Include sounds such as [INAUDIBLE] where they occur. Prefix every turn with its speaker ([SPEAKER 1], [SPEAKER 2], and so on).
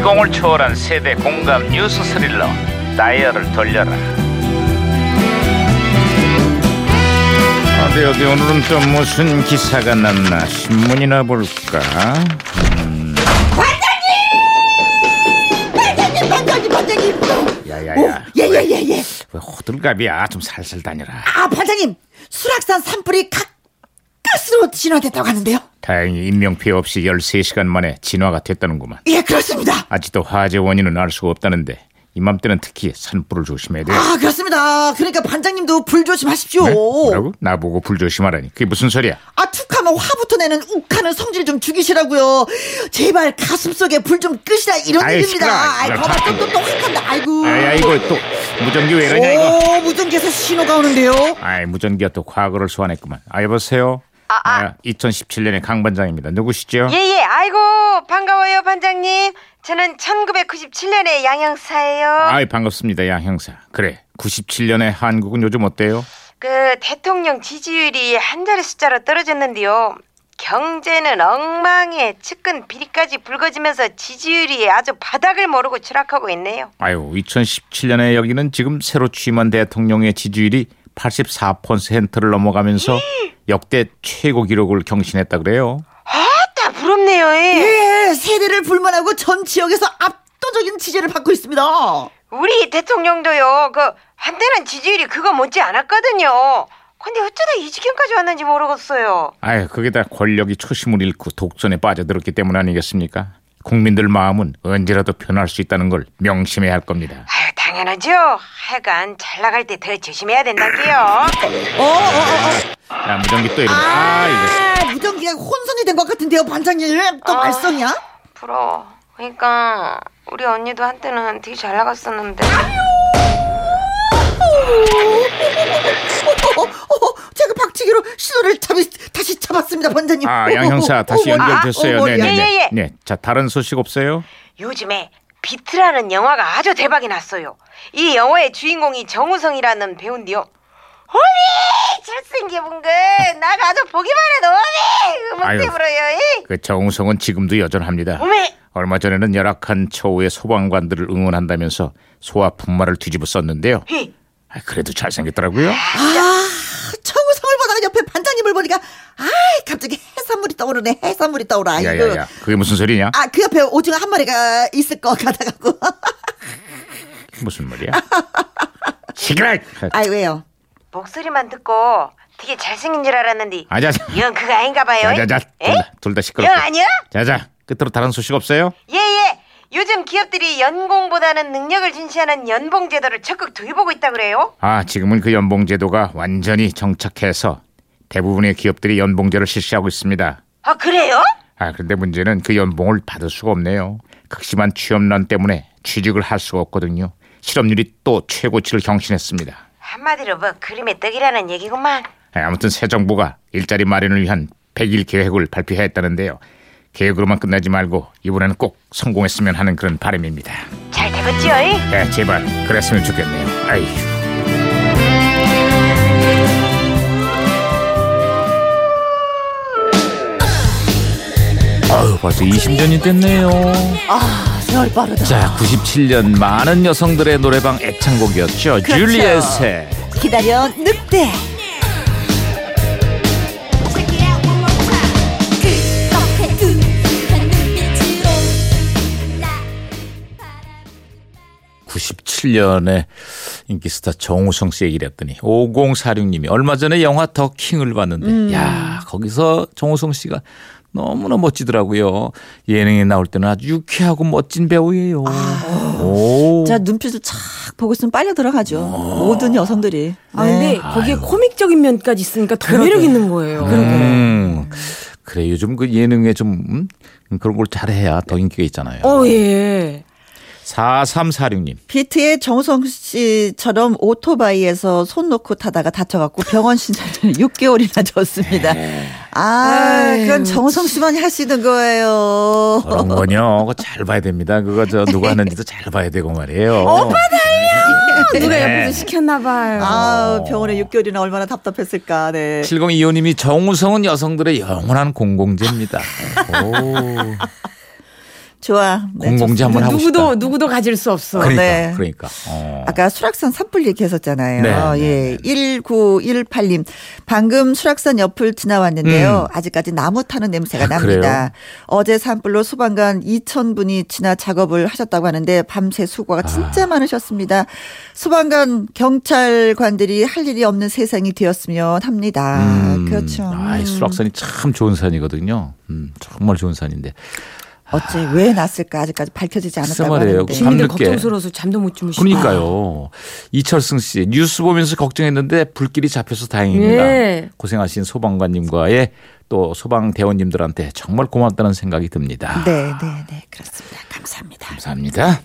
[SPEAKER 1] 감동을 초월한 세대 공감 뉴스 스릴러 다이얼을 돌려라 어디 어디 아, 네, 오늘은 또 무슨 기사가 났나 신문이나 볼까
[SPEAKER 2] 반장님 반장님 반장님 어,
[SPEAKER 1] 야야야
[SPEAKER 2] 예예예예
[SPEAKER 1] 왜 호들갑이야 좀 살살 다녀라
[SPEAKER 2] 아 반장님 수락산 산불이 가까스로 진화됐다고 하는데요
[SPEAKER 1] 다행히 인명피해 없이 13시간 만에 진화가 됐다는구만
[SPEAKER 2] 예 그렇습니다
[SPEAKER 1] 아직도 화재 원인은 알 수가 없다는데 이맘때는 특히 산불을 조심해야 돼
[SPEAKER 2] 아 그렇습니다 그러니까 반장님도 불 조심하십시오
[SPEAKER 1] 네? 뭐라고? 나보고 불 조심하라니 그게 무슨 소리야
[SPEAKER 2] 아 툭하면 화부터 내는 욱하는 성질 좀 죽이시라고요 제발 가슴속에 불 좀 끄시라 이런
[SPEAKER 1] 아이, 시끄러워.
[SPEAKER 2] 일입니다 아이
[SPEAKER 1] 시끄러워.
[SPEAKER 2] 거봐 또또 한다 아이고
[SPEAKER 1] 아야 이거 또 무전기 왜 이러냐 이거
[SPEAKER 2] 오 무전기에서 신호가 오는데요
[SPEAKER 1] 아이 무전기가 또 과거를 소환했구만. 아 여보세요.
[SPEAKER 3] 아, 아.
[SPEAKER 1] 2017년의 강 반장입니다. 누구시죠?
[SPEAKER 3] 예예 아이고 반가워요 반장님 저는 1997년에 양형사예요
[SPEAKER 1] 아이 반갑습니다, 양 형사. 그래. 97년의 한국은 요즘 어때요?
[SPEAKER 3] 그 대통령 지지율이 한 자리 숫자로 떨어졌는데요 경제는 엉망에 측근 비리까지 불거지면서 지지율이 아주 바닥을 모르고 추락하고 있네요
[SPEAKER 1] 아유, 2017년에 여기는 지금 새로 취임한 대통령의 지지율이 84%를 넘어가면서
[SPEAKER 3] 예.
[SPEAKER 1] 역대 최고 기록을 경신했다 그래요.
[SPEAKER 3] 아따 부럽네요 예.
[SPEAKER 2] 예 세대를 불만하고 전 지역에서 압도적인 지지를 받고 있습니다
[SPEAKER 3] 우리 대통령도요 그 한때는 지지율이 그거 못지 않았거든요 근데 어쩌다 이 지경까지 왔는지 모르겠어요
[SPEAKER 1] 아유, 그게 다 권력이 초심을 잃고 독선에 빠져들었기 때문 아니겠습니까? 국민들 마음은 언제라도 변할 수 있다는 걸 명심해야 할 겁니다.
[SPEAKER 3] 아유 당연하죠 하여간 잘 나갈 때 더 조심해야 된다게요
[SPEAKER 1] 야, 무전기 또 이러네. 아, 이거.
[SPEAKER 2] 아, 무전기가 혼선이 된 것 같은데요, 반장님. 또
[SPEAKER 3] 아.
[SPEAKER 2] 말썽이야?
[SPEAKER 3] 부러워. 그러니까 우리 언니도 한때는 되게 잘 나갔었는데.
[SPEAKER 2] 어, 어, 어, 제가 박치기로 신호를 잡이, 다시 잡았습니다, 반장님.
[SPEAKER 1] 아, 양 형사 다시
[SPEAKER 2] 어머,
[SPEAKER 1] 연결됐어요.
[SPEAKER 2] 어머,
[SPEAKER 1] 네, 네,
[SPEAKER 2] 예.
[SPEAKER 1] 네.
[SPEAKER 3] 예, 예.
[SPEAKER 1] 네. 자, 다른 소식 없어요?
[SPEAKER 3] 요즘에 비트라는 영화가 아주 대박이 났어요. 이 영화의 주인공이 정우성이라는 배우인데요. 어미 잘생겨본걸 나가 아주 보기만 해도 어미 음악
[SPEAKER 1] 아유.
[SPEAKER 3] 때문에요.
[SPEAKER 1] 그 정우성은 지금도 여전합니다.
[SPEAKER 3] 어미
[SPEAKER 1] 얼마 전에는 열악한 처우의 소방관들을 응원한다면서 소아 분말을 뒤집어 썼는데요.
[SPEAKER 3] 히.
[SPEAKER 1] 아, 그래도 잘생겼더라고요.
[SPEAKER 2] 아, 청우성을 보다가 옆에 반장님을 보니까, 아 갑자기 해산물이 떠오르네, 해산물이 떠오라. 이거.
[SPEAKER 1] 야야야, 그게 무슨 소리냐?
[SPEAKER 2] 아, 그 옆에 오징어 한 마리가 있을 것 같아갖고. [LAUGHS]
[SPEAKER 1] 무슨 말이야? 시끄러!
[SPEAKER 2] 아이, 왜요?
[SPEAKER 3] 목소리만 듣고 되게 잘생긴 줄 알았는데
[SPEAKER 1] 아자자,
[SPEAKER 2] 예,
[SPEAKER 3] 이건 그거 아닌가봐요.
[SPEAKER 1] 자자자, 둘 다
[SPEAKER 3] 이
[SPEAKER 1] 시끄럽고.
[SPEAKER 3] 아니야?
[SPEAKER 1] 자자, 끝으로 다른 소식 없어요?
[SPEAKER 3] 예예. 요즘 기업들이 연공보다는 능력을 중시하는 연봉 제도를 적극 도입하고 있다 그래요.
[SPEAKER 1] 아, 지금은 그 연봉 제도가 완전히 정착해서 대부분의 기업들이 연봉제를 실시하고 있습니다.
[SPEAKER 3] 아 그래요?
[SPEAKER 1] 아, 그런데 문제는 그 연봉을 받을 수가 없네요. 극심한 취업난 때문에 취직을 할 수가 없거든요. 실업률이 또 최고치를 경신했습니다.
[SPEAKER 3] 한마디로 뭐 그림의 떡이라는 얘기구만.
[SPEAKER 1] 아, 아무튼 새 정부가 일자리 마련을 위한 100일 계획을 발표했다는데요. 계획으로만 끝나지 말고 이번에는 꼭 성공했으면 하는 그런 바람입니다.
[SPEAKER 3] 잘 되겠지요? 이?
[SPEAKER 1] 야, 제발 그랬으면 좋겠네요. 아이
[SPEAKER 4] 아유 벌써 20년이 됐네요.
[SPEAKER 2] 아, 세월 빠르다.
[SPEAKER 4] 자, 97년 많은 여성들의 노래방 애창곡이었죠. 줄리엣의
[SPEAKER 2] 기다려, 늑대.
[SPEAKER 5] 그렇게 끔찍한 눈빛으로 나
[SPEAKER 4] 97년에 인기스타 정우성 씨 얘기를 했더니 5046님이 얼마 전에 영화 더 킹을 봤는데 야 거기서 정우성 씨가 너무나 멋지더라고요. 예능에 나올 때는 아주 유쾌하고 멋진 배우예요. 오.
[SPEAKER 2] 자, 눈빛을 착 보고 있으면 빨려 들어가죠. 모든 여성들이.
[SPEAKER 6] 아 근데 거기에 코믹적인 면까지 있으니까 더 매력 있는 거예요.
[SPEAKER 4] 음. 그래 요즘 그 예능에 좀 음, 그런 걸 잘해야 더 인기가 있잖아요.
[SPEAKER 6] 어 예.
[SPEAKER 4] 4346님.
[SPEAKER 2] 비트의 정우성 씨처럼 오토바이에서 손 놓고 타다가 다쳐갖고 병원 [LAUGHS] 신청을 6개월이나 줬습니다.
[SPEAKER 1] 네.
[SPEAKER 2] 아, 그건 정우성 씨만 하시는 거예요.
[SPEAKER 4] 그런 거요. 그거 잘 봐야 됩니다. 그거 저 누가 하는지도 잘 봐야 되고 말이에요. 오빠
[SPEAKER 1] 네.
[SPEAKER 6] 누가 옆에서 시켰나 봐요.
[SPEAKER 2] 아, 병원에 6개월이나 얼마나 답답했을까. 네.
[SPEAKER 4] 7025님이 정우성은 여성들의 영원한 공공재입니다. 오.
[SPEAKER 2] 좋아. 네,
[SPEAKER 1] 공공지 한번 하고 싶다.
[SPEAKER 3] 누구도 누구도 가질 수 없어.
[SPEAKER 1] 그러니까,
[SPEAKER 2] 네.
[SPEAKER 1] 그러니까. 어.
[SPEAKER 2] 아까 수락산 산불 얘기했었잖아요.
[SPEAKER 1] 네,
[SPEAKER 2] 예. 1918님. 방금 수락산 옆을 지나왔는데요.
[SPEAKER 1] 음.
[SPEAKER 2] 아직까지 나무 타는 냄새가 납니다. 어제 산불로 소방관 2,000분이 지나 작업을 하셨다고 하는데 밤새 수고가
[SPEAKER 1] 아.
[SPEAKER 2] 진짜 많으셨습니다. 소방관, 경찰관들이 할 일이 없는 세상이 되었으면 합니다.
[SPEAKER 1] 음.
[SPEAKER 2] 그렇죠.
[SPEAKER 1] 아이, 수락산이 참 좋은 산이거든요. 음, 정말 좋은 산인데.
[SPEAKER 2] 어째 왜 났을까 아직까지 밝혀지지
[SPEAKER 1] 글쎄
[SPEAKER 2] 않았다고
[SPEAKER 1] 말이에요.
[SPEAKER 2] 하는데.
[SPEAKER 3] 주민들
[SPEAKER 1] 밤늦게.
[SPEAKER 3] 걱정스러워서 잠도 못 주무시고.
[SPEAKER 1] 그러니까요. 이철승 씨 뉴스 보면서 걱정했는데 불길이 잡혀서 다행입니다.
[SPEAKER 3] 예.
[SPEAKER 1] 고생하신 소방관님과의 또 소방 대원님들한테 정말 고맙다는 생각이 듭니다.
[SPEAKER 2] 네, 네, 네. 그렇습니다. 감사합니다.
[SPEAKER 1] 감사합니다.